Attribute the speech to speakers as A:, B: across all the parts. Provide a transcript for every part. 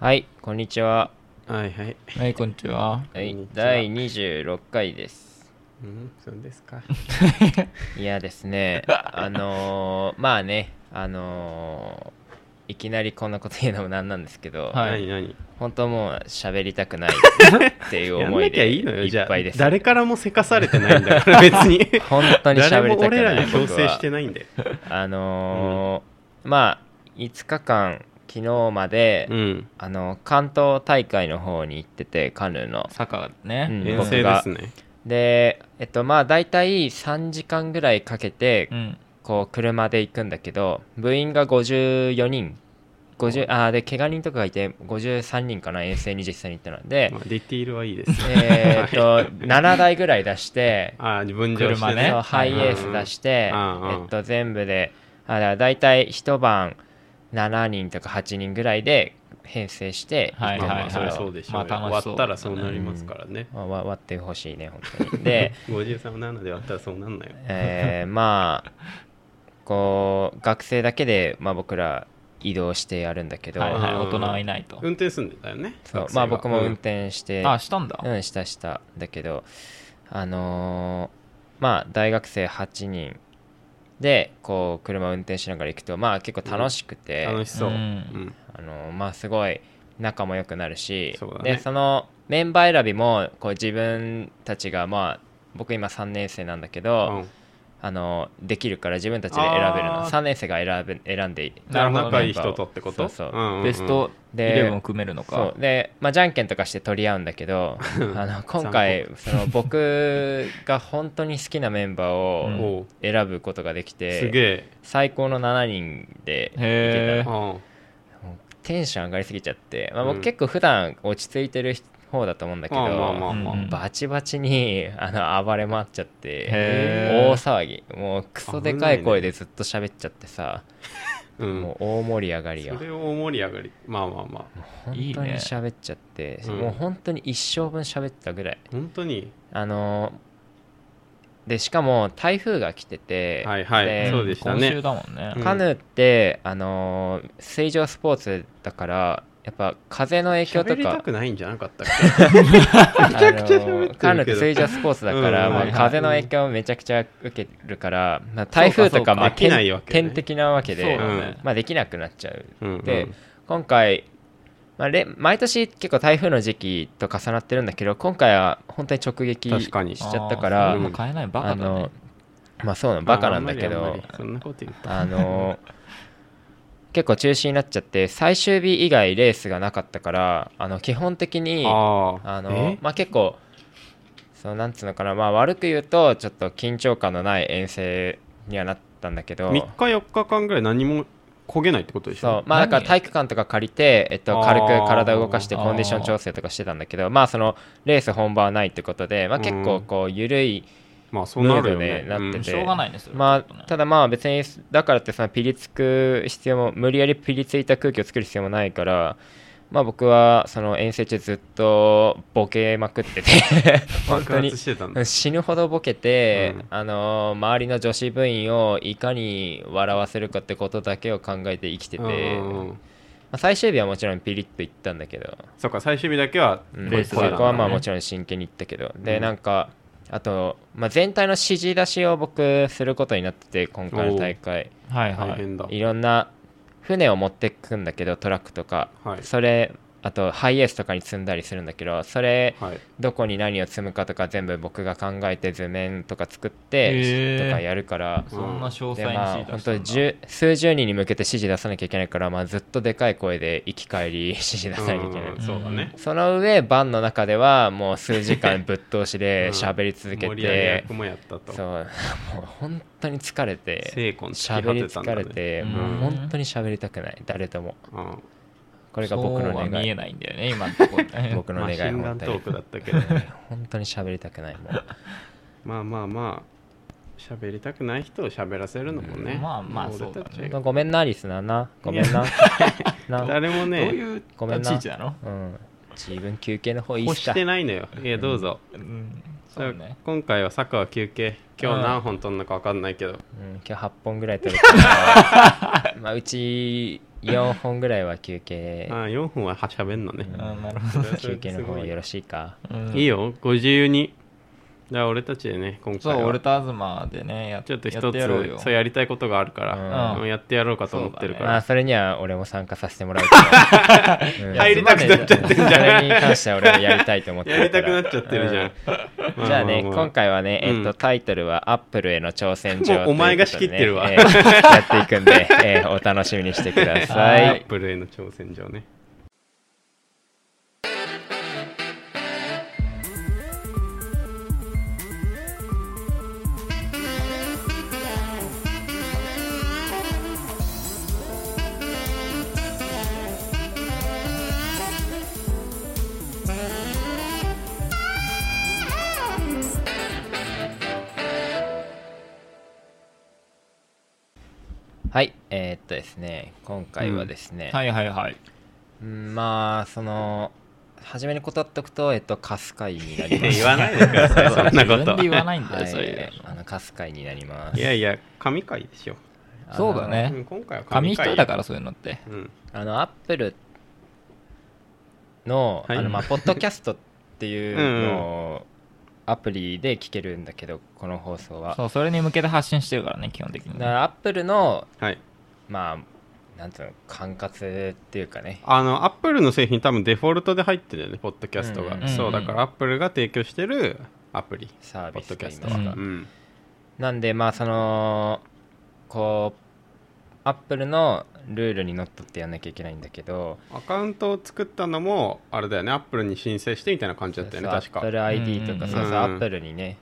A: はい、こんにちは。
B: はいはい。
C: はい、こんにちは。
A: は
B: こん
A: い
B: に、ちは
A: 第26回です。
B: うん、そうですか。
A: いやです ね、あのーまあね、あのーいきなりこんなこと言うのもなんなんですけど、
C: はい
B: 何何
A: 本当もう喋りたく ないっていう
B: やん
A: 思い
B: なきゃ
A: で
B: いいのよ、
A: い
B: じゃ
A: っ
B: あ
A: ぱいで。す。
B: 誰からもせかされてないんだから、別に。
A: 本当に
B: 誰
A: 喋り
B: も
A: たく
B: 俺
A: な
B: ら
A: い。
B: に強制して
A: 僕は
B: ないんで。
A: あのーまあ、5日間、昨日まで、
B: うん。
A: あの関東大会の方に行ってて、カヌーの。
C: サッカー
A: うん
C: ね。
B: 遠征ですね。
A: で、えっと、まあ、大体3時間ぐらいかけて、
C: うん。
A: こう車で行くんだけど部員が54人50あーで怪我人とかがいて53人かな遠征に実際に行ったので
B: まあ、ディティールはいいです。
A: えーっ と7台ぐらい出して
B: ああ、分譲して
C: 車
B: ね
C: ね
A: そう。ハイエース出して、
B: うんうん
A: えっと、全部であだから大体一晩7人とか8人ぐらいで編成して行っ
C: は
A: てる
C: い
B: まあ
A: ん
B: ま
C: はいは
A: です
B: あそれ
C: い
A: よ
B: はそうでしょうよ。
C: まあ
B: 終わ
C: 楽し
B: っ
C: そう
B: たらそうなりますからね。
A: わわ割ってほしいね本当に。で
B: 53を7で割ったらそうなんないよ。
A: えーまあこう学生だけで、まあ、僕ら移動してやるんだけど、
C: はいはい、
B: うん
C: 大人はいないと。
B: 運転すんでたよね。
A: そう
C: 学生
A: ま
C: が
A: あ僕も運転して、
C: あ、したんだ。
A: うんしたしただけどあのーまあ大学生8人でこう車運転しながら行くとまあ結構楽しくて、
B: 楽しそう。う
C: うん
B: ん。
A: あのーまあすごい仲も良くなるし
B: そうだね
A: でそのメンバー選びもこう自分たちがまあ僕今3年生なんだけど、
B: うん
A: あのできるから自分たちで選べる
B: あ
A: の
B: ー
A: 3年生が選べ選んでいい
C: なるほどね
B: 仲いい人とってこと
A: そうそう
C: ベスト
A: で
C: 11を組めるのか
A: そ。うで、まあ、じゃんけんとかして取り合うんだけ どあの今回その僕が本当に好きなメンバー
C: う
A: を
C: ん
B: おう
A: 選ぶことができ
B: す
A: て、
B: げ
A: 最高の7人で
C: へ
B: え。
C: ー
B: うん
A: もうテンション上がりすぎちゃって、まあ、
B: う
A: 僕
B: ん
A: 結構普段落ち着いてる方だと思うんだけど、
B: まあまあまあ
C: うんうん
B: ま
A: バチバチにあの暴れ回っちゃって
C: へ
A: 大
C: ー
A: 騒ぎもうクソでかい声でずっと喋っちゃってさ、
B: あ。うん
A: もう大盛り上がりよ
B: それを大盛り上がり。まあまあまあ。
A: 本当
C: い
A: に
C: いね
A: 喋っちゃって
B: うん
A: もう本当に一生分喋ったぐらい
B: 本当に。
A: あのーでしかも台風が来てて、
B: はいはい
A: で
B: そうでしたね
C: 今週だもんね
B: うん。
A: カヌーって、あのー水上スポーツだからやっぱ風の影響と
B: 喋りた
A: か
B: くないんじゃなかったっけ
A: あの
B: めちゃくちゃ喋ってるけ
A: ー
B: ど
A: カヌーって水上スポーツだから、
B: うん
A: まあ
C: はいはい
A: 風の影響をめちゃくちゃ受けるから、まあ、台風とかまあ
B: できないわけね
A: 天敵なわけで、
C: そうだね
A: まあ、できなくなっちゃう
B: うんうん
A: で今回、まあ、れ毎年結構台風の時期と重なってるんだけど今回は本当に直撃
B: 確かに
A: しちゃったか
C: あ
A: ら
C: ーそれ
B: う
C: も買えないバカ
A: あ
C: だね
A: の。まあそうなのバカなんだけ
B: ああんま
A: ど
B: りあんまりそんなこと言った
A: あの結構中止になっちゃって最終日以外レースがなかったからあの基本的にあ
B: ああ
A: の
B: え
A: まあ結構そうなんつうのかなまあ悪く言うとちょっと緊張感のない遠征にはなったんだけど
B: 3日4日間ぐらい何も焦げないってことでし
A: そ
B: ょ
A: うまあだ
C: 何
A: から体育館とか借りて、えっと、
B: あー
A: 軽く体を動かして
C: あー
A: コンディション調整とかしてたんだけどまあそのレース本番はないってことで、まあ、
B: うん
A: 結構こう緩い、
B: まあそうなるよ
A: ムード
B: ね
A: でなって
B: うん
A: て
C: しょうがないね、それは
A: ま
C: ちょっとね
A: あただまあ別にだからってそのピリつく必要も無理やりピリついた空気を作る必要もないから。まあ僕はその遠征中ずっとボケまくってて本
B: 爆
A: 当に
B: 発してたん だ
A: 死ぬほどボケて、
B: うん
A: あのー周りの女子部員をいかに笑わせるかってことだけを考えて生きてて、
B: うんうんうん
A: まあ、最終日はもちろんピリッといったんだけど、
B: そうか最終日だけは
A: うん、
C: レース
A: そ
C: だからね
A: こはまあもちろん真剣にいったけど、
B: う
A: で
B: ん
A: なんかあと、まあ、全体の指示出しを僕することになってて今回の大会
C: はい
B: 大
C: はい。
B: 変だ
A: いろんな船を持ってくんだけどトラックとか、
B: はい
A: それあとハイエースとかに積んだりするんだけどそれ
B: はい
A: どこに何を積むかとか全部僕が考えて図面とか作っ
C: へ
A: て
C: ー
A: とかやるから。
C: そんな詳
A: で
C: 細に
A: まあ、
C: 指示出
A: 本
C: した
A: 当
C: ん
A: に
C: だ
A: 十数十人に向けて指示出さなきゃいけないから、まあ、ずっとでかい声で行き帰り 指示出さなきゃいけない、
B: うんそうだね
A: その上バンの中ではもう数時間ぶっ通しで
B: うん
A: 喋り続け
B: 盛り上げ
A: て、
B: 役もやったと
A: そう もう本当に疲れて
B: 精魂突き
A: 喋り
B: 果てたん
A: 疲
B: だね
A: れて、
C: うん
A: もう本当に喋りたくない誰とも
B: うん
A: これが僕の
C: そうは
A: 願
C: 見え
A: い
C: ないんだよね、今のところね
A: 僕の
B: マ
A: 願
B: シ
A: い
B: ンガ
A: 本
B: ン
A: 当
B: ト
A: に
B: ークだったけどね
A: 本当に喋りたくないもう
B: まあまあまあ喋りたくない人を喋らせるのもね
C: まあまあ
B: 俺
C: そうだね
B: たち
A: 本当ごめんなリスナーなごめんなな、
B: 誰も
C: どう
B: ね
C: いう
A: ごめんな
C: 立ち位置なの
A: うん、自分休憩の方いいっ
B: 欲
A: す
B: し
A: か
B: てないのよいやどうぞ
C: うんそうね
B: 今回はサッカーは休憩今
A: うん
B: 日何本取んのか分かんないけど
A: うん、今日8本ぐらい取れた から、まあ、うち4本ぐらいは休憩
B: あ、ー4本ははしゃべんのね
A: う、ん
C: あーなるほど
B: それ
A: 休憩の
B: すご
A: 方
B: い
A: よろしいか。
C: うん
B: いいよご自由にじゃあ俺たちでね今
C: そう
B: 回は
C: 俺と東でねや
B: ちょっと一
C: やてやろうよ
B: つそうやりたいことがあるから、
C: うん
B: うんやってやろうかと思ってるか
C: そうだね
A: まあ、
B: ら、
A: それには俺も参加させてもらうけど、うん
B: 入りたくなっちゃってんじゃん
A: それに関しては俺もやりたいと思って
B: やりたくなっ
A: ゃ
B: ちゃってるじゃん、ま
A: じゃあね、
B: まま
A: 今回はね、えっと
B: うん
A: タイトルは「アップルへの挑戦状」
B: もうお前が仕切ってるわ
A: ということでねえーやっていくんで、えーお楽しみにしてくださ
C: はい
B: アップルへの挑戦状ね
A: はいえーっとですね今回はですね、
C: はいはいはい
A: うんまあその初めに断っておくと、えっと、カス会になり
B: い
A: ま
B: や
A: す
B: 言わないでくださいそんなこ
C: 自分で言わ
B: と
C: ないんだよ、
A: はい
C: そういう
A: あのカス会になりま
B: い
A: す
B: やいや神回でしょ、
C: そうだね
B: うん今回は神
C: 紙一
B: 回
C: 重だからそういうのって
B: うん
A: あのアップルの,、
B: はい
A: あのまあ、ポッドキャストっていうのをアプリで聞けるんだけどこの放送は
C: そうそれに向けて発信してるからね基本的
A: だ
C: に
A: か
C: ね
A: らアップルの
B: はい
A: まあなんつうの管轄っていうかね
B: あのアップルの製品多分デフォルトで入ってるよねポッドキャストが、
A: うんうん
C: うん
B: そうだからアップルが提供してるアプリ
A: サー
B: ポ
A: ビ
B: ッド
A: ス
B: キ
A: と
B: ャ
A: いい
B: スト
A: ま
B: は、
A: す
B: う
A: か、
C: ん
B: ん
A: なんでまあそのこうアップルのルールにのっとってやんなきゃいけないんだけど
B: アカウントを作ったのもあれだよねアップルに申請してみたいな感じだったよね
A: ア
B: 確
A: ッ
B: か
A: プル ID とか、
C: うん
A: そうそう
B: うん
A: アップルにね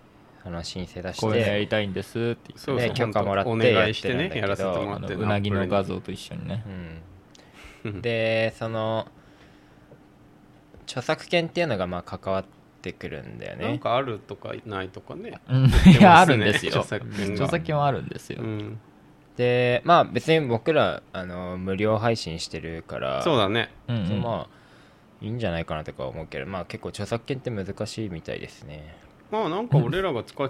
A: あの申請出して
C: こういうのやりたいんですって言って
B: そうそう
A: ね許可もらって
B: お願いしてね
A: や
B: や
A: っ
B: ら
A: て
B: せ
A: るんだけど
B: てもら
C: あ
B: っ
C: の
B: てる
C: うなぎの画像と一緒にね
A: うん
B: うん
A: でその著作権っていうのがまあ関わってくるんだよ
B: なん
A: ね。
B: かあるとかないとかね
C: うんいやあるんですよ
B: 著作権が
C: 著作権はあるんですよ
B: うん
A: でまあ別に僕らあの無料配信してるから
B: そうだね
C: うんうん
A: まあいいんじゃないかなとか思うけどまあ結構著作権って難しいみたいですね。
B: まあなんか俺らが使っ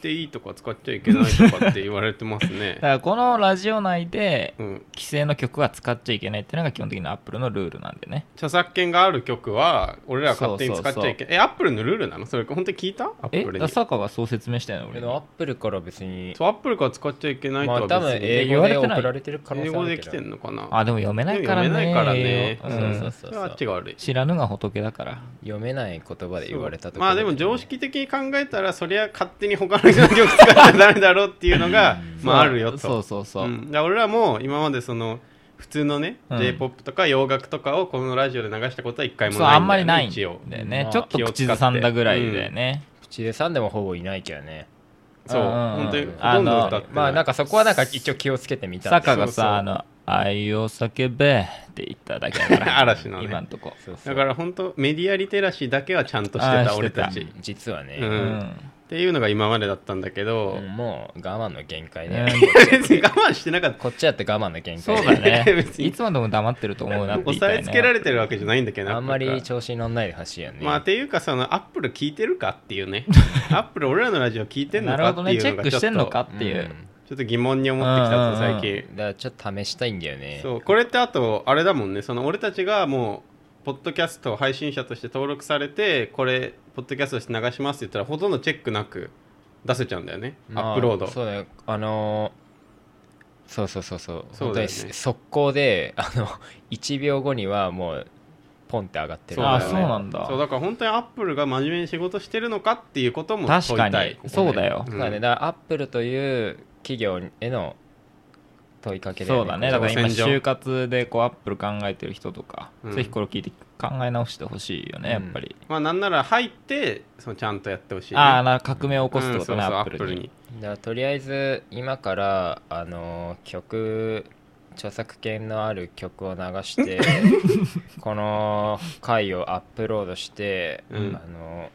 B: ていいとか使っちゃいけないとかって言われてます
C: だ
B: ね
C: からこのラジオ内で
B: うん
C: 規制の曲は使っちゃいけないっていうのが基本的なアップルのルールなんでね
B: 著作権がある曲は俺らが勝手に使っちゃいけないえアップルのルールなのそれ本当に聞いたアッ
C: え
B: プルに
C: だ坂がそう説明したよね
A: け
C: 俺
A: どアッ
C: に
A: プルから別に
B: そうアップルから使っちゃいけないと
A: ま
B: は
A: あ
B: 別
A: 多分
B: に
A: 英語で
C: 言われてない
A: 送られてる可能
B: 英
A: 性あ
B: 語
A: る
B: で
A: け
B: 来
A: ど。
B: てんのかな
C: あでも読めないからね
B: 読めないからね
C: う
A: そうんそう
B: それはあっちが悪い
C: 知らぬが仏だから
A: 読めない言葉で言われたところ
B: まあでも
A: ね
B: 常識的に考えたらそりゃ勝手に他の人の曲使っちゃダメだろうっていうのがまああるよと
C: そうそうそううん
B: だから俺らも今までその普通のね、
C: うん
B: j p o p とか洋楽とかをこのラジオで流したことは一回も
C: そう
B: ない
C: あ
B: ん
C: んま
B: だよ、ね、
C: りないんだ
B: 一応
C: よ
A: ま
C: ね
A: あ
C: ちょっと口ずさんだぐらいだよね
A: 口でさんでもほぼいないけどね。
B: そう、
C: うんうんうん
B: 本当にほとんど歌ってない
A: まあなんかそこはなんか一応気をつけてみたんだけど
C: 坂が
B: そうそう
C: さあの愛を叫べって言っただけ だか ら
B: 嵐のね
C: 今んとこ
A: そうそう
B: だから本当メディアリテラシーだけはちゃんとして
C: あー
B: た俺た
C: し
B: ち、
C: て
A: 実はね、
B: う
C: うんん
B: っていうのが今までだったんだけ
A: う
B: ど、
A: んもう我慢の限界
C: うん
A: ね、
B: 別に我慢してなかった
A: こっちだって我慢の限界
C: そうだ ね
B: 別に
C: いつまでも黙ってると思うなって言いた
B: 抑
C: い
B: え
C: ね
B: つけられてるわけじゃないんだけど
A: あんまり
B: ょ
A: 調子に乗んないでほしいよね、
B: まあっていうかそのアップル聞いてるかっていう ねアップル俺らのラジオ聞いてんの
C: なる
B: か
C: ほ
B: ってい
C: どね
B: う
C: チ
B: の
C: ェッ
B: が
C: ク
B: ちょ
C: し
B: っと
C: てんのかっていう、
B: ちょっと疑問に思ってきたぞ最近
A: うんだからちょっと試したいんだよね
B: そうこれってあとあれだもんねその俺たちがもうポッドキャスト配信者として登録されてこれポッドキャストとして流しますって言ったらほとんどチェックなく出せちゃうんだよね、
A: まあ
B: アップロード
A: そうだよあのーそうそうそうそう
B: そうだよね
A: 本当に速攻で あの1秒後にはもうポンって上がってる
B: だよね
C: あそうなんだ
B: そうだから本当にアップルが真面目に仕事してるのかっていうことも
C: 確か
B: 問いたい
C: に
B: ここで
C: そうだよ
B: う
A: そ
B: ん
A: うだねだからアップルという企業への問いかけで、
C: そうだねだから今
B: 挑戦状
C: 就活でこうアップル考えてる人とか、
B: うん
C: ぜひこれを聞いて考え直してほしいよねやっぱり、
B: まあなんなら入ってそのちゃんとやってほしいね、
C: ああな革命を起こす
B: う
C: って
B: ん
C: こ
B: そ
C: と
B: うそう
C: ね、
B: ア
C: アップ
B: ップ
C: ル
B: ル
C: に
B: に
A: だからとりあえず今からあの曲著作権のある曲を流して この回をアップロードして、
B: うん
A: あの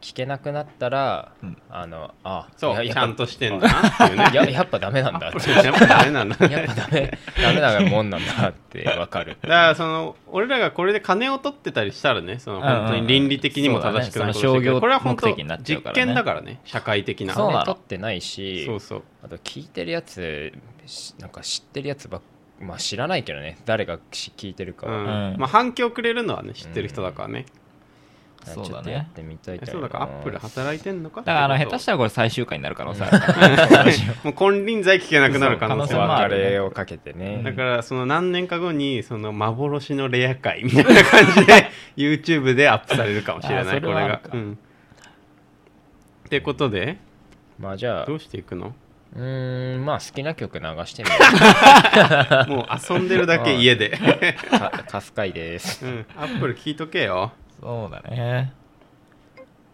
A: 聞けなくなったら、
C: うん
A: あのあ
B: そ
A: や
B: う、
A: や
B: ち
A: っぱ
B: ゃんとしてんだなっていうね。
A: ややっぱダメなんだって
B: やっぱダメなんだね。
A: やっぱダメダメなもんなんだってわかる
B: だからその俺らがこれで金を取ってたりしたらねその本当に倫理的にも正しくないことしてるけ
C: うんうんうんそうだねその商業
B: どこれは本
C: 目
B: 当
C: 的になっちゃ
B: 実
C: うからね
B: 験だからね社会的な
C: そうなの
A: 金取ってないし
B: そうそう
A: あと聞いてるやつしなんか知ってるやつばっまあ知らないけどね誰がし聞いてるか
B: う
A: は、
B: ん
C: うん
B: まあ反響くれるのはね知ってる人だからね
A: なんか
C: そう
A: ちょ
C: だ
A: っとや
C: ね
A: ってみたい
B: え
A: と
B: そうだからアップル働いてんのか
C: だからあの下手したたらこれ最終回になる可能性あるから、
B: もう金輪際聞けなくなる可能性
C: そう可能性も
B: は
A: お
C: あ
B: あ
C: る
B: る
A: 別れをかけてね、
B: だからその何年か後にその幻のレア回みたいな感じで YouTube でアップされるかもしれ
C: あー
B: な
C: そ
B: い
C: れ
B: これ
C: はある
B: が
C: か
B: うんってことで
A: まあじゃあ
B: ど
A: う
B: うしていくの
A: ーんまあ好きな曲流してみる
B: もう遊んでるだけ家で
A: かかすかいです
B: うんアップル聞いとけよ
C: そうだね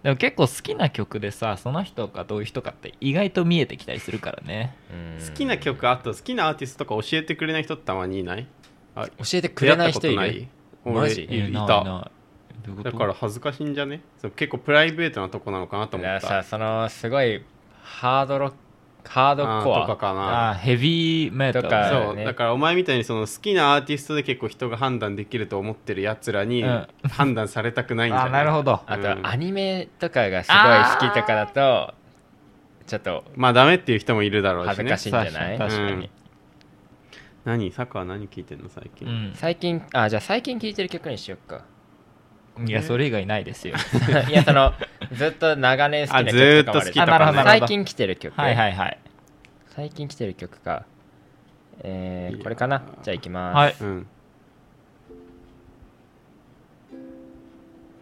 C: でも結構好きな曲でさその人がどういう人かって意外と見えてきたりするからね
A: うん
B: 好きな曲あと好きなアーティストとか教えてくれない人ってたまにいない
A: 教えてくれない人い
B: 出会っ
A: る
B: たことない
A: マジ
B: 俺いるい
C: な
B: た
C: ないどういうこと
B: だから恥ずかしいんじゃねそう結構プライベートなとこなのかなと
A: だか
B: 思っ
A: らさ
B: た
A: そのすごいハードロックハードコ
B: あーとか
A: ア
B: かな
C: あーヘビーメタル
A: とか
B: そう
A: だね
B: だからお前みたいにその好きなアーティストで結構人が判断できると思ってるやつらに
C: うん
B: 判断されたくないんじゃ
C: あ
B: ない
C: なるほど
A: あ
B: うん
A: とアニメとかがすごい好きとかだとちょっと
B: まあダメっていう人もいるだろうしね
A: 恥ずかしいんじゃない
C: 確かに、
B: うん何サッカーは何聞いてんの最近、
A: 最近あじゃあ最近聴いてる曲にしよっ か
C: うんいやそれ以外ないですよ
A: いやそのずっと長年好きな曲とかもあるじゃん
C: あずーっと好きとかねあなるほどなるほど
A: 最近来てる曲
C: はいはいはい
A: 最近来てる曲かえ
B: い
A: ー、
B: や
A: これかなじゃあ行きます、
C: はい
B: うん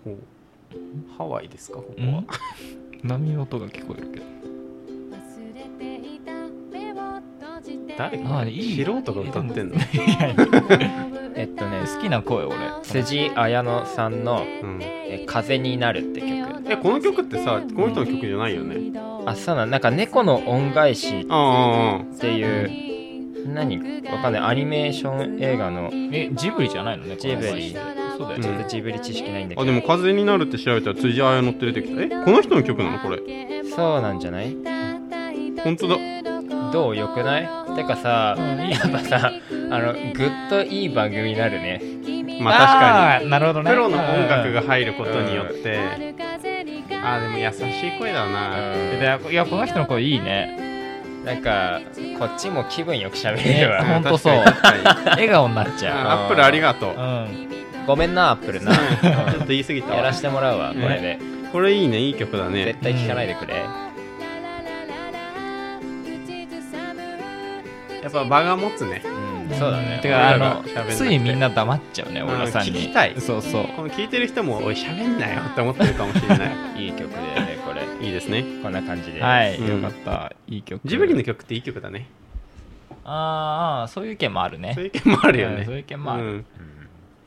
B: ほうハワイですかここは
C: ん波の音が聞こえるけど
D: 忘れていた目を閉じて
B: 誰
C: あいい
B: 素人が歌っ てんの
A: えっとね
D: 好
C: 好
D: き
C: き
D: な
C: な
D: 声
C: 声
D: 俺
C: 俺
A: 辻彩乃さんの
B: ん
A: え風になるって曲
B: えこの曲ってさこの人の曲じゃないよね
A: あそうなんなんか猫の恩返し
B: うんうんうん
A: っていう何わかんないアニメーション映画の
C: えジブリじゃないのね
A: ジブリ
C: そうだよ、
B: うん
A: ちょっとジブリ知識ないんだけ
B: あ
A: ど、
B: でも「風になる」って調べたら辻彩乃って出てきたえこの人の曲なのこれ
A: そうなんじゃない
B: 本当だ
A: どうよくないてかさ、やっぱさあのぐっといい番組になるね
B: まあ
C: 確かになるほどね
B: プロの音楽が入ることによって、
D: あ
B: あーでも優しい声だな、
A: うん
C: いやいやこの人の声いいね
A: なんかこっちも気分よく喋れる
C: う
A: わ
C: んほんとそう
B: 確かに確かに
C: 笑顔になっちゃ
B: あーアップルありがとう、
C: ううん
A: ごめんなアップルな
B: ちょっと言い過ぎた
A: やら
B: わ
A: してもらうわこれで、
B: これいいねいい曲だね
A: 絶対聞かないでくれ、
B: やっぱ場が持つね
A: うんそうだね
C: てかあ
B: 俺ら
C: の
B: が喋んなくて
C: ついみんな黙っちゃうね
B: うん
C: 俺らさんに
B: 聞きたい
C: そうそう
B: この聞いてる人も「おい喋んなよ」って思ってるかもしれ ない
A: いい曲だよねこれ
B: いいですね
A: こんな感じでは
C: はい、
B: うん
C: よかったいい曲
B: ジブリの曲っていい曲だね
C: あーあーそういう意見もあるね
B: そういう意見もあるよ
C: う
B: ね
C: んそういう意見もある
B: うん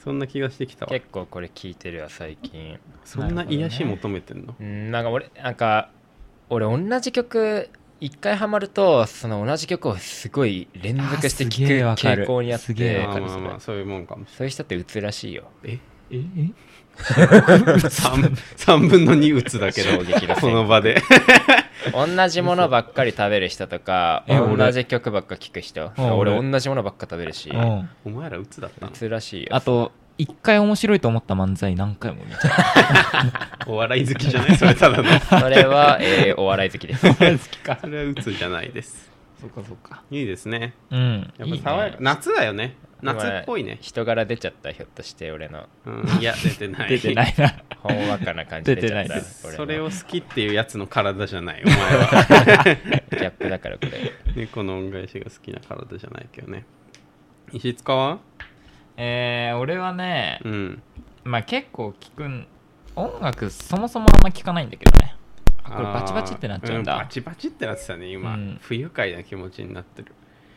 B: そんな気がしてきたわ
A: 結構これ聞いてるわ最近
B: そんな癒し求めてんの
A: うんなんか俺なんか俺同じ曲一回ハマるとその同じ曲をすごい連続して聴
C: あすげえわ
A: く
C: かる
A: 傾向にあっ
C: すげえ
A: て
C: わ
B: ま
C: か
B: あ
C: る
B: まあまあそういうもんかもし
A: そういう人って鬱らしいよ
B: れない
C: え
B: え 3, 三分の2打つだけど
A: 衝撃だね
B: この場で
A: 同じものばっかり食べる人とか
C: え俺
A: 同じ曲ばっか聴く人
C: うん
A: 俺
C: 俺
A: 同じものばっか食べるし
C: え、うん、
B: お前ら打つだったの
A: 鬱らしいよ
C: あと一回面白いと思った漫才何回も見ちゃ
B: お笑い好きじゃないそれた だの
A: それは、えーお笑い好きです。
C: う好きか
B: それは打つじゃないです
C: そうかそうか
B: いいですね
C: うん
B: やっぱ爽やか
C: いいね
B: 夏だよね 夏っぽいね、
A: 人柄出ちゃった、ひょっとして俺の。
B: うん、いや出てない
C: 出てないな
A: ほんわかな感じ出ちゃっ
C: 出て
A: た。
C: ないで
A: 俺の
B: それを好きっていうやつの体じゃないお前は
A: ギャップだからこれ。
B: 猫の恩返しが好きな体じゃないけどね石塚は
C: えー、俺はね
B: うん
C: まあ結構聞くん音楽そもそもあんま聞かないんだけどねあこれ
B: あー
C: バチバチってなっちゃうんだ、
B: バチバチってなってたね今、
C: うん
B: 不愉快な気持ちになってる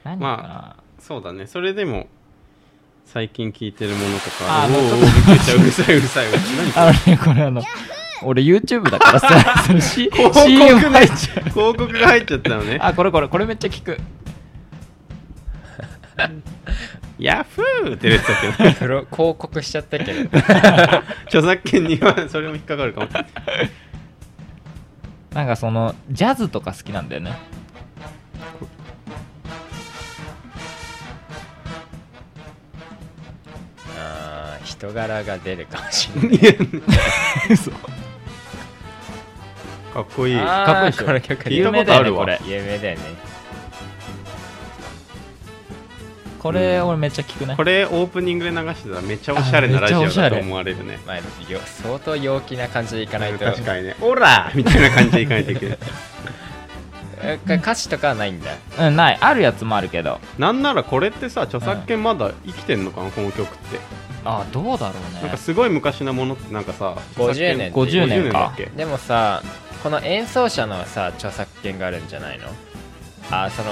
C: 何かな、
B: まそうだねそれでも最近聴いてるものとか
C: あー
B: お
C: もうち
B: ー
C: ょ
B: おーびっ
C: っと
B: くりしたうるさいうるさいうるさい何
C: あのねこ れあの俺 YouTube だからさその C-
B: 広
C: CM
B: 告が入っちゃう広告が入っちゃったのね
C: あこれこれこれめっちゃ聞く
B: ヤフーって出てたけど
A: プロ広告しちゃったけど。
B: 著作権にはそれも引っかかるかも
C: なんかそのジャズとか好きなんだよね
A: あー人柄が出るかもしれ
B: いや
C: そう
B: かっこいい
A: ない
B: かっこいいでしょ
A: この曲
B: 聞いたことある
A: 有名だよねこ
B: わ
A: れ有名だよね
C: これ俺めっちゃ聞くね
B: これオープニングで流してたらめっちゃおしゃれなラジオ
C: あめっちゃおしゃ
B: だと
C: れ
B: 思われるね
A: まあよ相当陽気な感じでいかないと
B: 確かにねオラみたいな感じでいかないといけ ない
A: えか歌詞とかはないんだ
C: うんないあるやつもあるけど
B: なんならこれってさ著作権まだ生きてんのかなこの曲って
C: あどうだろう
B: なん
C: ね
B: かすごい昔のものってなんかさ
A: 50年
B: 著作権
C: 50年か
B: 50だっけ
A: でもさこの演奏者のさ著作権があるんじゃないのあその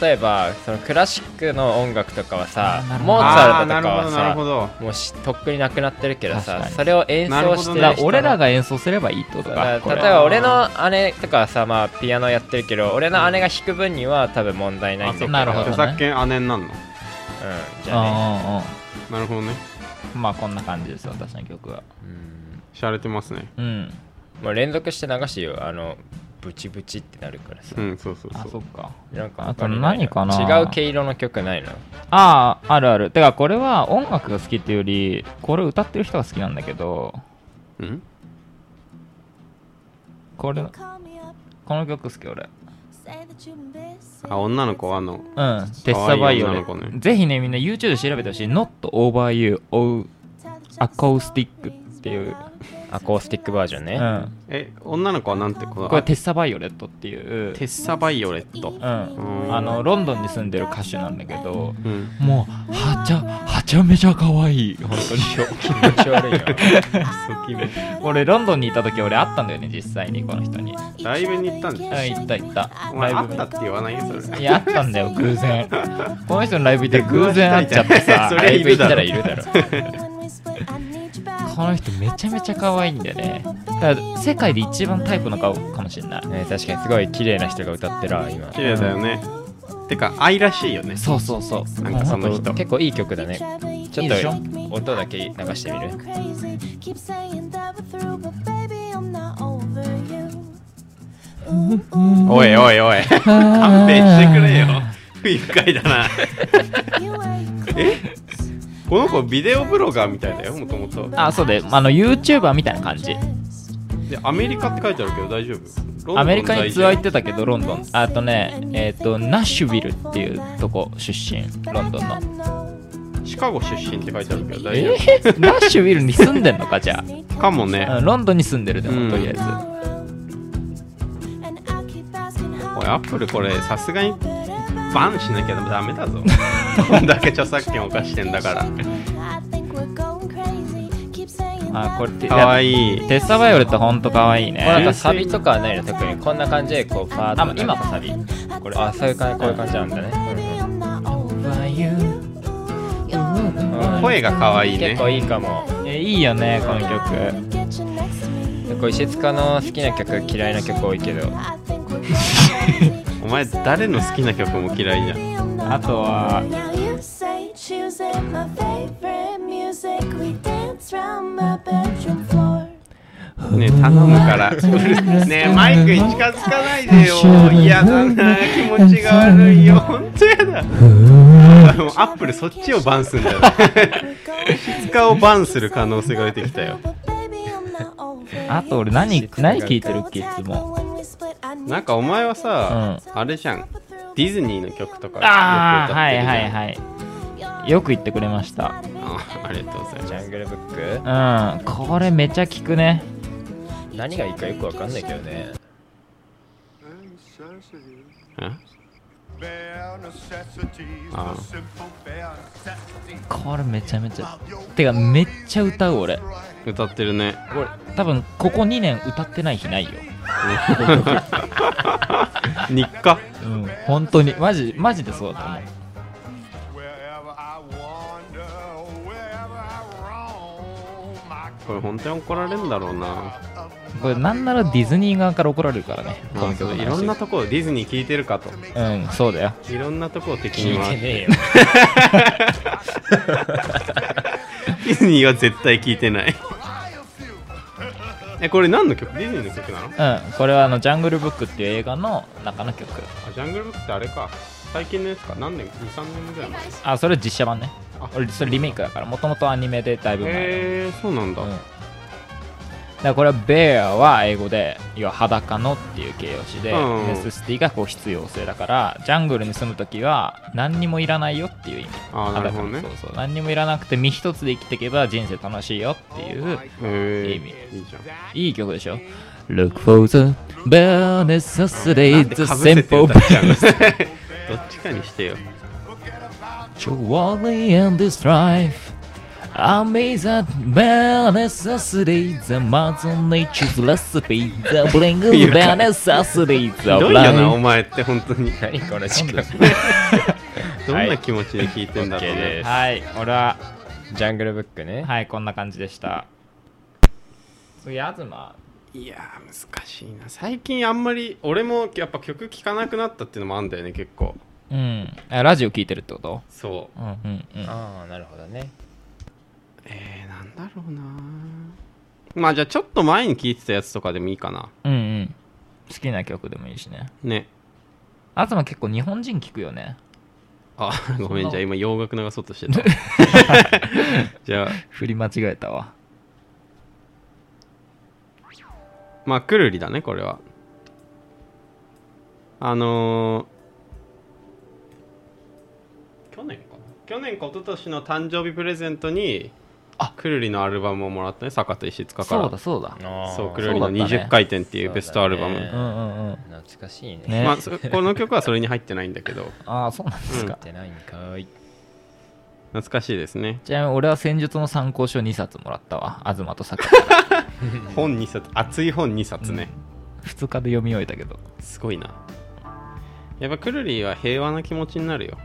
A: 例えばそのクラシックの音楽とかはさ
C: あーなるほど
A: モーツァ
B: あー
A: ルトと
B: なる
A: か
B: ほ
A: は
B: どなるほ
A: さ
B: ど
A: もうしとっくになくなってるけど
C: 確
A: さ
C: かに
A: それを演奏してる人の
B: なるほどね
C: 俺らが演奏すればいいってこと
A: だ
C: か
A: か
C: こ
A: ら
C: れ
A: 例えば俺の姉とかはさ、まあ、ピアノやってるけど俺の姉が弾く分には多分問題ないんだけど
C: あなるほどね
B: 著作権姉にな
A: う
B: んの
A: ん、じゃあね
C: うんうんうん
B: なるほどね
C: まあこんな感じです私の曲は
A: うん
B: しゃれてますね
C: うん
A: もう連続して流してよあのブチブチってなるからさ、
B: うんそうそう
C: あ
B: そ
C: そうっか
A: なんか
C: あと何かな
A: 違う毛色の曲ないの
C: あああるあるてかこれは音楽が好きっていうよりこれ歌ってる人が好きなんだけど
B: うん
C: これこの曲好き俺
B: あ女の子あの
C: うんテッサバイオ
B: 可愛い女
C: レ
B: の子ね
C: ぜひねみんな YouTube で調べてほしい Not Over You o アコースティックっていう
A: アコースティックバージョンね、
C: うん
B: え女の子はなんて子だ
C: これテッサバイオレットっていう
B: テッサバイオレット
C: う
B: うん
C: んあのロンドンに住んでる歌手なんだけど
B: うん
C: もうはちゃはちゃめちゃ可愛い本当に
A: 気持ち悪いよ
C: 俺ロンドンにいた時俺会ったんだよね実際にこの人に
B: ライブに行ったんでしょ
C: あ行った行った
B: お前
C: ラ
B: あ
C: イ
B: っ
C: ブに
B: たって言わないよそれ
C: いやあったんだよ 偶然この人のライブ行って偶然会っちゃってさ
B: そ
A: ラ
B: れ
A: イ
B: い
A: ブ行
B: る
A: った
B: だろ
A: らいるだろ
C: この人めちゃめちゃ可愛いんだよねだから世界で一番タイプの顔かもしれない
A: ね確かにすごい綺麗な人が歌ってるわ今
B: 綺麗だよねてか愛らしいよね
C: そうそう そう
B: なんかその人
A: 結構いい曲だねちょ
C: いい
A: っ
C: でしょ
A: と音だけ流してみる
B: おいおいおい勘弁してくれよ不愉快だなこの子ビデオブロガーみたいだよもともと
C: あそうであの YouTuber みたいな感じ
B: でアメリカって書いてあるけど大丈夫
C: アメリカにツアー行っててたけどロンドンあとねえっ、とナッシュビルっていうとこ出身ロンドン の
B: シカゴ出身って書いてあるけど大
C: え
B: 丈
C: ーナッシュビルに住んでんのかじゃ
B: 夫かもね
C: あ、うんロンドンに住んでるで
B: うん
C: もとりあえず、
B: おいアップルこれさすがにバンしなきゃダメだぞ こんだけ著作権犯してんだから
C: あこれて
B: かわいい
C: テッサバイオレットほんとかわいいね
A: こうなんかサビとかはないの特にこんな感じでこうパーッと
C: あ今かサビ
A: これあそういう感じこういう感じなんだね、
B: 声がかわいいね
A: 結構いいかも
C: えいいよねこの曲
A: 結構石塚の好きな曲嫌いな曲多いけど
B: お前誰の好きな曲も嫌いじゃん
C: あとは
E: Now you say choosing my favorite music. We dance round my bedroom floor.
B: ねえ頼むから うるねえマイクに近づかないでよ嫌だな気持ちが悪 いよ本当やだもうアップルそっちをバンすんだよ石塚をバンする可能性が出てきたよ
E: But baby, I'm not over
C: あと
E: you.
C: 俺何何聴いてるっけい
E: Go
C: つ
E: tackle
C: も
E: when we split. I need
B: なんかお前はさ、
C: う
B: あれじゃんディズニーの曲とかよ
C: ああ
B: く歌ってるじゃ
C: はい
B: ん
C: はいはいよく言ってくれました
B: あありがとうございます
A: ジャングルブック
C: うんこれめちゃ聞くね
A: 何がいいかよくわかんないけどね
F: Necessity.
B: あ Ah.
F: Bare necessities. The simple bare necessities.
C: これめちゃめちゃてかめっちゃ歌う俺
B: 歌ってるね
C: これ多分ここ2年歌ってない日ないよ
B: 日課
C: うん本当にマジマジでそうだと思う
F: Wherever I wander, wherever I roam, I
B: これ本当に怒られるんだろうな
C: これなんならディズニー側から怒られるからねこの曲の
B: い
C: 話
B: ろんなところディズニー聞いてるかと
C: うんそうだよ
B: いろんなところ敵
A: 聞
B: に
A: い
B: 回
A: てね
B: って
A: えよ
B: ディズニーは絶対聞いてないえこれ何の曲ディズニーの曲なの
C: うん、これはあのジャングルブックっていう映画の中の曲
B: あジャングルブックってあれか最近のやつか何年23年ぐらい前
C: あそれ実写版ね
B: あ
C: 俺それリメイクだからもともとアニメでだいぶ前の
B: へえー、そうなんだ、
C: うん、だからこれはベアは英語で要は裸のっていう形容詞で、
B: うん
C: ネスシティがこう必要性だからジャングルに住む時は何にもいらないよっていう意味
B: あーなるほどね
C: 裸のそうそう何にもいらなくて身一つで生きていけば人生楽しいよっていう
B: へえ
C: いいね
B: いいじゃん
C: いい曲でしょ Look for the bare
B: なん
C: necessity
B: で
C: the
B: かぶせて
C: simple
B: 歌っちゃうのどっちかにしてよ
C: To worry and this strife Amaze at bare necessity The mother nature's recipe The bring of bare necessity
B: ひ
C: The
B: どいよな
C: blind
B: お前って本当に
A: 何この時間
B: どんな気持ちで弾いてんだろ
A: は
B: う
A: い OK で
B: ね、
A: す
C: はい、俺は、
A: ジャングルブックね、
C: はい、こんな感じでした。次、東。
B: い、やー難しいな最近あんまり俺もやっぱ曲聴かなくなったっていうのもあんだよね結構
C: うん。えラジオ聞いてるってこと
B: そ
C: うんうんうん。
A: ああなるほどね
B: うえー、なんだろうなまあじゃあちょっと前に聴いてたやつとかでもいいかな
C: うんうん。好きな曲でもいいしね。
B: ね
C: 東結構日本人聞くよね。
B: あごめんじゃあ今洋楽流そうとしてたじゃあ
C: 振り間違えたわ。
B: まあくるりだねこれはあのー、去年か去年か一昨年の誕生日プレゼントに
C: あ
B: くるりのアルバムをもらったね坂田石塚か
C: そう
B: ら
C: だそうだ。
A: あー
B: そうくるりの
C: そうだったね
B: 20回転っていうベストアルバム、
A: そうだ
C: うんうんうん。
A: 懐かしいね
C: ね
B: まあそこの曲はそれに入ってないんだけど
C: ああ、そうなんです
A: や
C: か
A: っ。てないんか ーい
B: 懐かしいですね
C: ちなみに俺は戦術の参考書2冊もらったわ。東 と坂田。
B: 本2冊熱い本2冊ね、
C: 2日で読み終えたけど。
B: すごいなやっぱくるりは平和な気持ちになるよ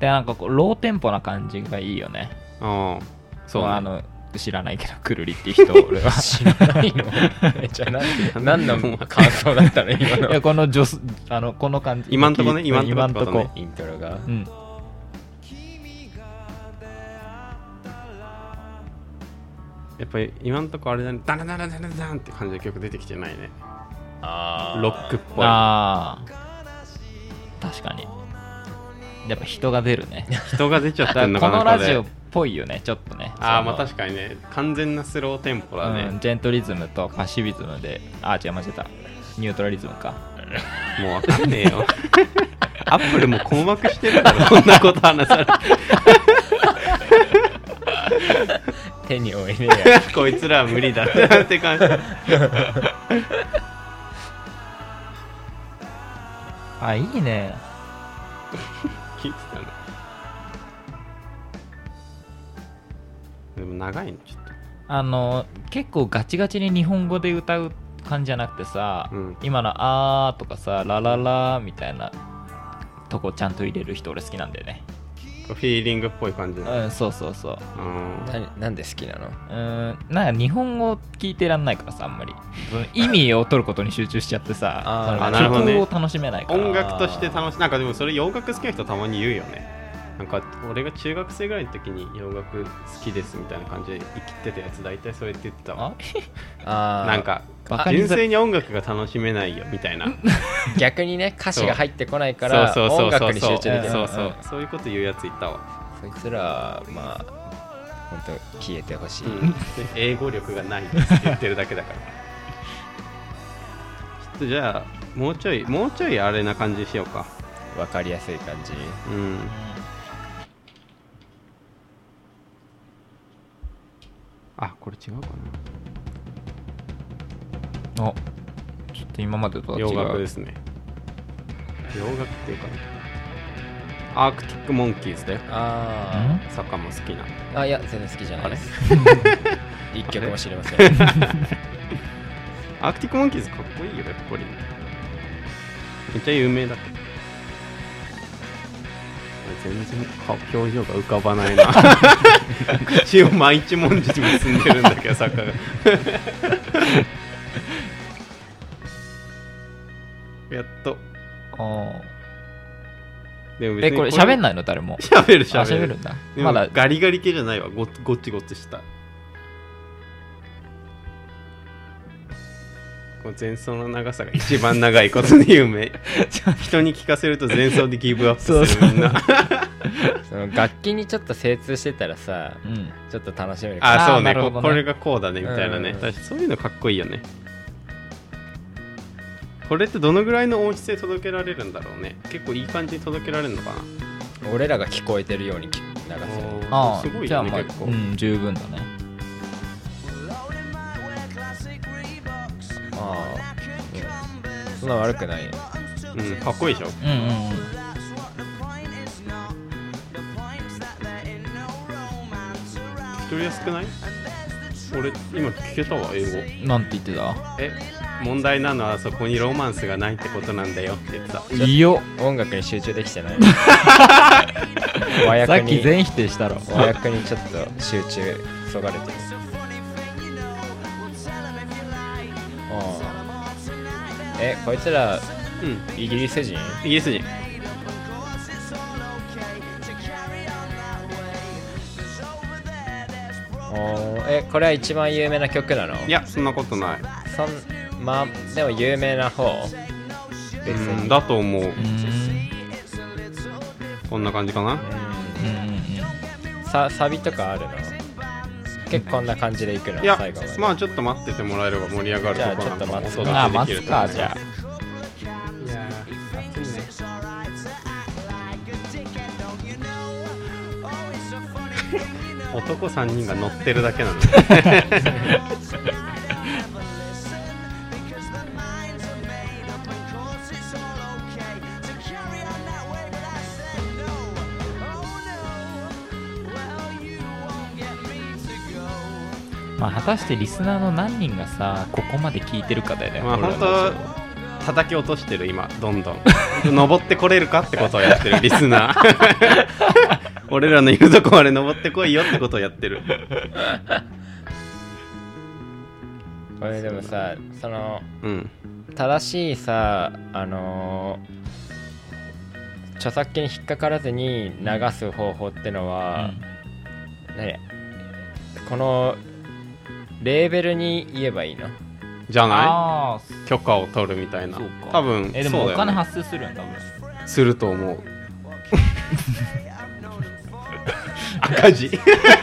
C: で、なんかこう、ローテンポな感じがいいよね。
B: うんそう、ね、
C: まああの知らないけどくるりっ ていう人を俺は
A: 知らない のえじゃあ何何の感想だったの今
C: いや
A: の
C: この女すあのこの感じ
B: 今んとこね
C: 聞いて
B: 今
C: 今
B: ん
C: ん
B: とことね
C: こ
A: イントロが
C: うん
B: やっぱり今んとこあれだねダラダラダラダンって感じの曲出てきてないね
A: あー
B: ロックっぽい
C: あー確かにやっぱ人が出るね
B: 人が出ちゃって
C: だ
B: んの
C: か
B: から
C: こ
B: な
C: の
B: こ
C: ラジオ
B: れ
C: っぽいよねちょっとね
B: ああ
C: そ
B: ま
C: の
B: あ確かにね完全なスローテンポだ
C: うん
B: ね、
C: ジェントリズムとパシビズムであー違う間違えたニュートラリズムか
B: もうわかんねえ よアップルも困惑してるだろこんなこと話されて
A: 手に負えねえや
B: こいつらは無理だなって感じ
C: あいいね
B: 聞いてたのでも長いねちょっ
C: あの結構ガチガチに日本語で歌う感じじゃなくてさ、
B: うん
C: 今の「あー」とかさ「ラララ」みたいなとこちゃんと入れる人俺好きなんだよね
B: とフィーリングっぽい感じだ
C: うんそうそうそう
B: うん
A: ななんで好きなの
C: うんなんか日本語聞いてらんないからさあんまりその意味を取ることに集中しちゃってさ
A: あー
C: その
B: あなるほどね
C: 曲を楽しめないから
B: 音楽として楽しいなんかでもそれ洋楽好きな人たまに言うよねなんか俺が中学生ぐらいの時に洋楽好きですみたいな感じで生きてたやつ大体それって言ってたわ
C: あ
A: あー
B: なんか
C: バカに
B: 純
C: さ
B: 粋に音楽が楽しめないよみたいな
A: 逆にね歌詞が入ってこないから音楽に集中できない
B: そうそううんそういうこと言うやついたわ、
A: そいつらまあ本当消えてほしい、
B: で英語力がないですって言ってるだけだからちょっとじゃあもうちょいもうちょいあれな感じにしようか
A: わかりやすい感じ
B: うんあこれ違うか
C: おちょっと今までと
B: な
C: は違
B: 洋楽で
C: う
B: すね洋楽っていうかアークティック・モンキーズだよ
A: あ
B: 坂も好きな
A: ーあいや全然好きじゃないです一曲も知りません
B: アークティック・モンキーズかっこいいよやっぱりめっちゃ有名だけど俺全然顔表情が浮かばないな口を毎一文字に結んでるんだけど坂がやっと
C: おー
B: でも
C: えこれ喋ん
B: ない
C: ないの誰も
B: 喋る
C: あ
B: 喋
C: 喋
B: る
C: るんだ
B: でも
C: まだ
B: ガリガリ系じゃないわごごっちごっちしたこの前奏の長さが一番長いことで有 名人に聞かせると前奏でギブアップするみんな
A: その楽器にちょっと精通してたらさ
C: うん
A: ちょっと楽しめるか
B: あそう
C: あーな
B: ね
C: るほ
B: こ
C: どね
B: これがこうだねみたいなね
A: うん
B: 確かにそういうのかっこいいよねこれってどのぐらいの音質で届けられるんだろうね結構いい感じに届けられるのかな
A: ら俺らが聞こえてるように聞流せる
C: あ
B: すご
C: あ
B: い
C: じゃあ
B: よ
C: まあ
B: ね結構
C: うん十分だね
A: ああ、うんそんな悪くないよ
B: うんかっこいいでしょ
C: うんうんうん
B: 聞き取りやすくない俺今聞けたわ英語
C: なんて言ってた
B: え問題なのはそこにロマンスがないってことなんだよって言ってた
C: いよ
A: 音楽に集中できてない和
C: さ
A: 訳
C: っき
A: に
C: 全否定したろ
A: 和訳にちょっと集中そがれてるああえこいつら
B: うん
A: イギリス人
B: イギリス人
A: おーえこれは一番有名な曲なの
B: いやそんなことない
A: そんまあでも有名な方別に
B: うんだと思う
C: うーん
B: こんな感じかな
A: う
C: うんうん
A: んさサビとかあるの結構こんな感じでいくの
B: いや
A: 最後まで
B: まあちょっと待っててもらえれば盛り上がるところなんかもお届
C: うんまあ
B: け
C: 待
B: でき
C: つ
B: ると思
C: か
B: う
C: じゃあ
B: いやー暑いね 男3人が乗ってるだけなの
C: まあ果たしてリスナーの何人がさここまで聞いてるかだよね、
B: まあ
C: 俺らの
B: 本叩き落としてる今どんど ん登ってこれるかってことをや ってるリスナー 俺らのいるとこまで登ってこいよってことをやってる
A: これでもさその
B: うん
A: 正しいさあのー著作権に引っかからずに流す方法ってのは、何このレーベルに言えばいいの
B: じゃない
C: ああ
B: 許可を取るみたいな
C: そうか
B: 多分
C: えで
B: そう
C: もお
B: だよ
C: 金
B: ね
C: 発生するんだ多分
B: すると 思う赤字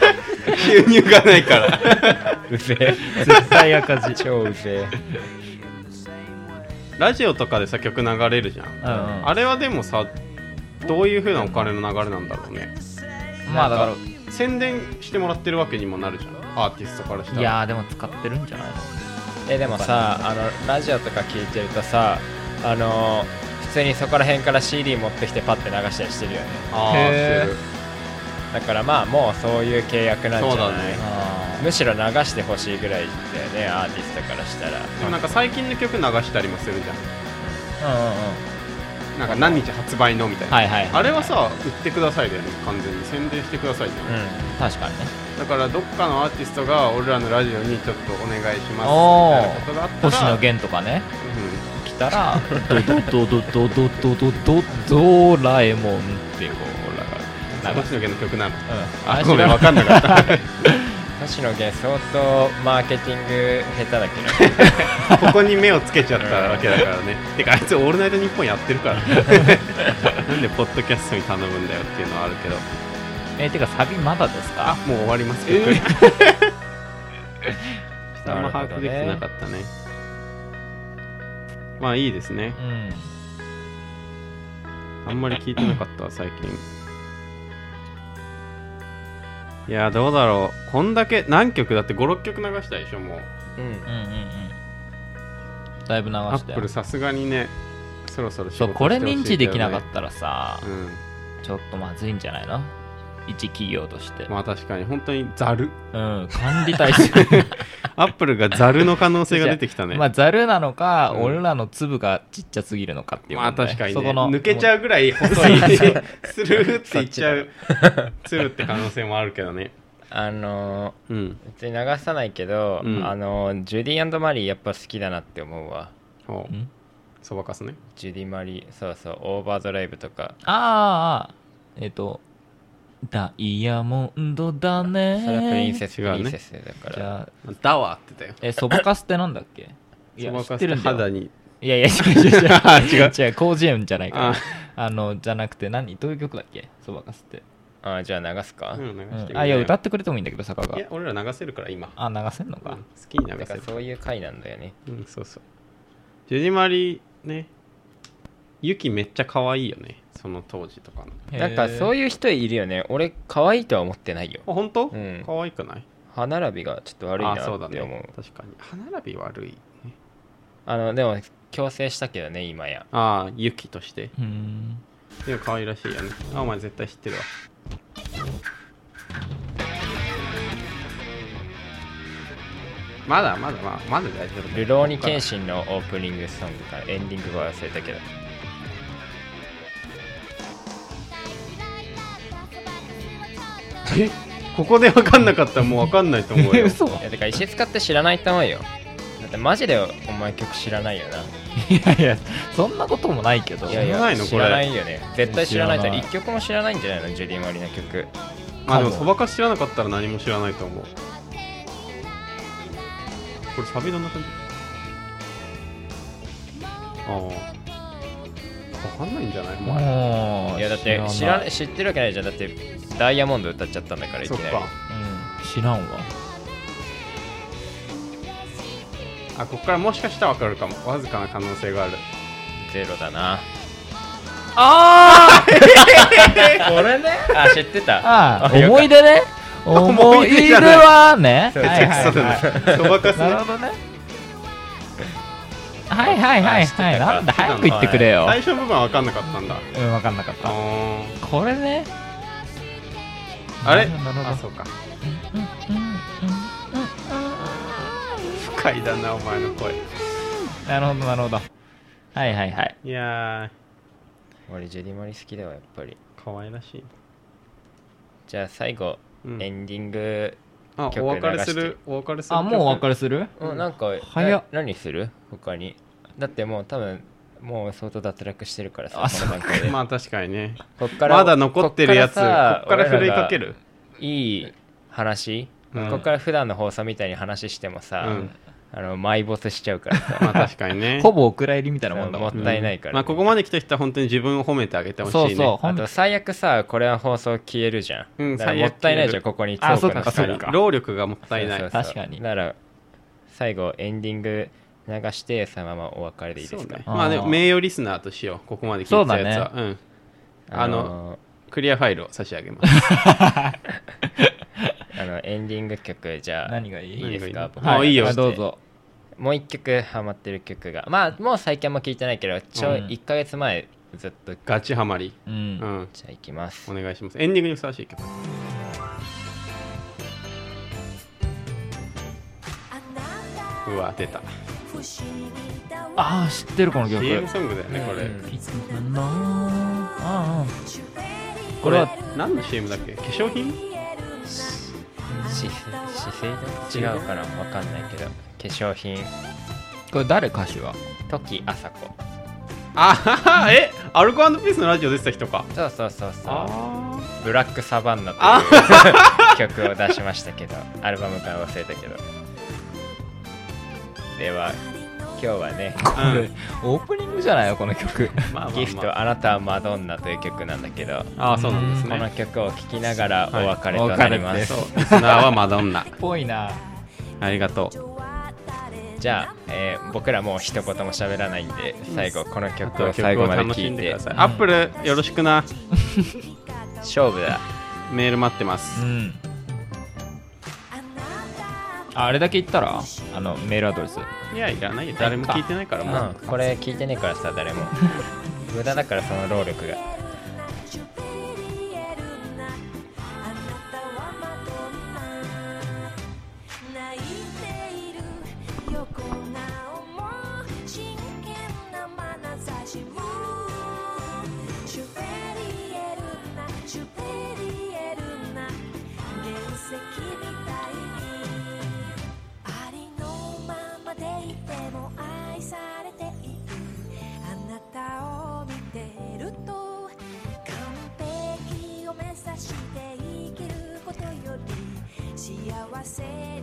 B: 収入がないから
A: うぜえ絶対赤字 超うぜ
B: ラジオとかでさ曲流れるじゃん、
C: うんうん
B: あれはでもさどういう風なお金の流れなんだろうね
C: まあだか
B: 宣伝してもらってるわけにもなるじゃんアーティストからした
C: ら
B: ら
C: いやーでも使ってるんじゃないの
A: ええでもさあのラジオとか聞いてるとさあのー普通にそこら辺から CD 持ってきてパッて流したりしてるよね
B: あー
C: へー
B: してる
A: だからまあもうそういう契約なんじゃ
B: そう
A: な
B: だ
A: い、
B: ね
C: あ
A: むしろ流してほしいぐらいだよねアーティストからしたら
B: でもなんか最近の曲流したりもするじゃ
C: あうんうんうん
B: んなんか何日発売のみたいな、
C: はいはい
B: あれはさ売ってくださいだよね完全に宣伝してくださいじゃん、
A: う
C: 確かにね
B: だからどっかのアーティストが俺らのラジオにちょっとお願いしますみ
C: お
B: た
C: ー
B: いなことがあったら
C: 星野源とかね
B: う
C: 来たらドドドドドドドドドドラえもんってこう俺ら
B: ん
C: が
B: 星野源の曲なの
C: う
B: あ
C: ん
B: ごめん分かんなかった
A: ん星野源相当マーケティング下手だけど
B: ここに目をつけちゃったわけだからね。てか、あいつ、オールナイトニッポンやってるから、ね、 なんで、ポッドキャストに頼むんだよっていうのはあるけど、
C: えてかサビまだです
B: あ
C: か
B: もう終わります、
C: えー
B: 曲あんま把握できてなかったね。まあ、いいですね
C: う。ん
B: あんまり聞いてなかったわ、最近。いや、どうだろう。こんだけ、何曲だって5、6曲流したでしょ、もう。
A: うん
C: うんうんうんだいぶ流
B: ア
C: した
B: ップ
C: よ
B: ル、さすがにね、そろそろ仕
C: そう
B: 事
C: これ
B: してほしい
C: 認知
B: け
C: で
B: ど
C: き
B: ね
C: なかったらさ
B: うん。
C: ちょっとまずいんじゃないの一企業として
B: まあ確かに本当にザル
C: うん管理体 制
B: アップルがザルの可能性が出てきた ね
C: まあざるなのか
B: うん
C: 俺らの粒がちっちゃすぎるのかっていう
B: まあ確かにね
C: そこの
B: 抜けちゃうぐらい細い スルーっていっちゃうスルーって可能性もあるけどね
A: あのー
B: うん
A: 別に流さないけど、
B: うん
A: あのージュディマリーやっぱ好きだなって思うわ
B: ほうんそばかすね
A: ジュディマリーそうそうオーバードライブとか
C: あーあーえっ、とダイヤモンドだね
A: それはプリンセス、
B: 違う
A: プ
B: ね
A: リンセスだか
C: じ
A: ら
C: ゃあ
B: ダワーって言ったよ
C: えそばかすってなんだっけいや
B: そば
C: 知
B: か
C: っ
B: す
C: て
B: っ
C: る
B: て
C: んだよ
B: 肌に
C: いやいや違う違
B: 違う
C: う違う違う広辞苑じゃないから
B: あ
C: あのじゃなくて何どういう曲だっけそばかすって、
A: あじゃあ流すか、
B: うん流してみ
C: うん
B: なよ
C: あいや歌ってくれてもいいんだけど坂が
B: いや俺ら流せるから今
C: あ流せんの
B: うん
C: か
B: 好きに流
A: だ
B: せ
A: か
B: る
A: らそういう回なんだよね
B: うんそうそうジェジマリねユキめっちゃ可愛いよねその当時とかの
A: なんかそう
C: いう
A: いう人いるよね俺可愛いとは思ってないよ
B: あ本当、
A: うん
B: 可愛くない
A: 歯並びがちょっと悪いな
B: あそうだ
A: って思う
B: ね確かに歯並び悪い、ね、
A: あのでも強制したけどね今や
B: ああユキとして
C: うーん
B: でも可愛らしいよねあお前絶対知ってるわまだまだまあまだ大丈夫だよ
A: ルローニケンシンのオープニングソングからエンディングは忘れたけど
B: えここで分かんなかったらもう分かんないと思うよ
C: 嘘
A: いやだから石塚って知らないと思うよだってマジでお前曲知らないよない
C: やいやそんなこともないけど
A: いやい
B: 知らな
A: や
B: いのこ
A: 知
B: れ
A: らないよね絶対知らないと
C: 知らない
A: 一曲も知らないんじゃないのジュディ・マリの曲
B: まあでも
C: かも
B: そばかす知らなかったら何も知らないと思うこれサビどんな感じああ分かんないんじゃないもう
C: もう
A: い
C: い
A: やだって知ら知ってるわけないじゃんだってダイヤモンド歌っちゃったんだからいき
B: そ
A: な
B: っ
A: り
B: か
C: うん知らんわ
B: あここからもしかしたら分かるかもわずかな可能性がある
A: ゼロだな
C: あ
A: これねあ知ってた
C: あ
A: よかっ
C: 思い出ね思
B: 思
C: い
B: い
C: 出
B: 出じゃない
C: はね
A: そう
C: はいはいはい
B: そばかす
C: なる
B: ね
C: ほどねはいはいはいはい
A: あ
C: なんだ
A: 知ってたか
C: 早く言ってくれよ
B: 最初の部分は分かんなかったんだ
C: うん分かんなかった
B: あ
C: これね
B: ーあれ
C: なるほど
B: あそうか不快だなお前の声
C: なるほどなるほどはいはいはい
B: いや
A: 俺ジュディ・マリ好きだわやっぱり
B: ー可愛らしい、
A: じゃあ最後
B: うん
A: エンディング、
B: あ
A: 曲
B: お別れす
A: 流して
B: るお別れする
C: あもうお別
B: れ
C: れする
A: うん、なんか
C: 早っ
A: な何する他にだってもう多分もう相当脱落してるからさ
C: あ
A: この段 階で
B: まあ確かにね
A: こっから
B: まだ残ってるやつこっ
A: さ
B: からふるいかけ
A: 俺ら
B: る
A: がいい話、
B: うん
A: こっから普段の放送みたいに話しても
B: う
A: さ、
B: ん
A: あの埋没しちゃうからさ
B: まあ確かにね
C: ほぼお蔵入りみたいなもんだ
A: も
C: も
A: っ
C: ん
A: たいないから、
B: まあここまで来た人は本当に自分を褒めてあげてほしい
C: そ
B: ね
C: うそうほ
A: あ
C: ん
A: と最悪さこれは放送消えるじゃん、
B: うん
A: だから
B: 最
A: も
B: 悪
A: ったいないじゃん
B: 消
A: ここに
C: あ
A: トークの
C: そ
B: 確か
C: うか
A: 時
B: に
A: 間
C: そうか
B: 労力がもったいない
A: そうそうそう
C: 確かに
A: なら最後エンディング流してそのままお別れでいいですか、
B: そうね
C: あー
B: まあでも名誉リスナーとしようここまで聞いてたやつはう、ん、
A: あ
B: あの
A: の
B: クリアファイルを差し上げます
A: あのエンディング曲じゃあ
C: 何がい
A: い
C: い
A: いですか
B: 何がいいのあいいよ
A: 僕
C: どうぞ
A: もう一曲ハマってる曲がまあもう最近も聞いてないけどちょ
C: うん
A: 1か月前ずっと
B: ガチハマり
C: う
B: うんん、
A: じゃあいきます
B: お願いしますエンディングにふさわしい曲
E: あ
B: うわ出た
C: ああ知ってるこの曲
B: CM ソングだよねこれ、
A: うん
C: あ
B: こ
C: これ
B: れ
C: は
B: 何の CM だっけ化粧品
A: し姿勢違うかなわかんないけど化粧品
C: ーこれ誰歌手は
A: 時あさこ
B: あははえアルコピースのラジオ出てた人か
A: そうそうそうそう
B: あ
A: ブラックサバンナという 曲を出しましたけどアルバムから忘れたけどでは今日はね
C: これオープニングじゃないよこの曲
B: ーまあまあ、まあ、
A: ギフトあなたはマドンナという曲なんだけど
B: ああそうなんです
A: この
B: ね
A: 曲を聴きながらお別れ
C: はい
A: となりま
C: お別れですす
B: そうリスナーはマドンナ
C: ぽいな
B: ありがとう
A: じゃあ、えー僕らもう一言も喋らないんで最後この曲を最後
B: 曲を
A: まで
B: 楽し
A: 聴
B: ん
A: い
B: でく
A: て
B: ださいアップルよろしくな
A: 勝負だ
B: メール待ってます
C: うんああれだけ言ったらあのメールアドレス
B: いやいらないよ誰も聞いてないからもう
A: うんこれ聞いてねえからさ誰も無駄だからその労力が
E: 泣いている横顔も真剣な眼差しもシュペリエルなシュペリエルな原石みたいにありのままでいても愛されているあなたを見てると完璧を目指して生きることより幸せ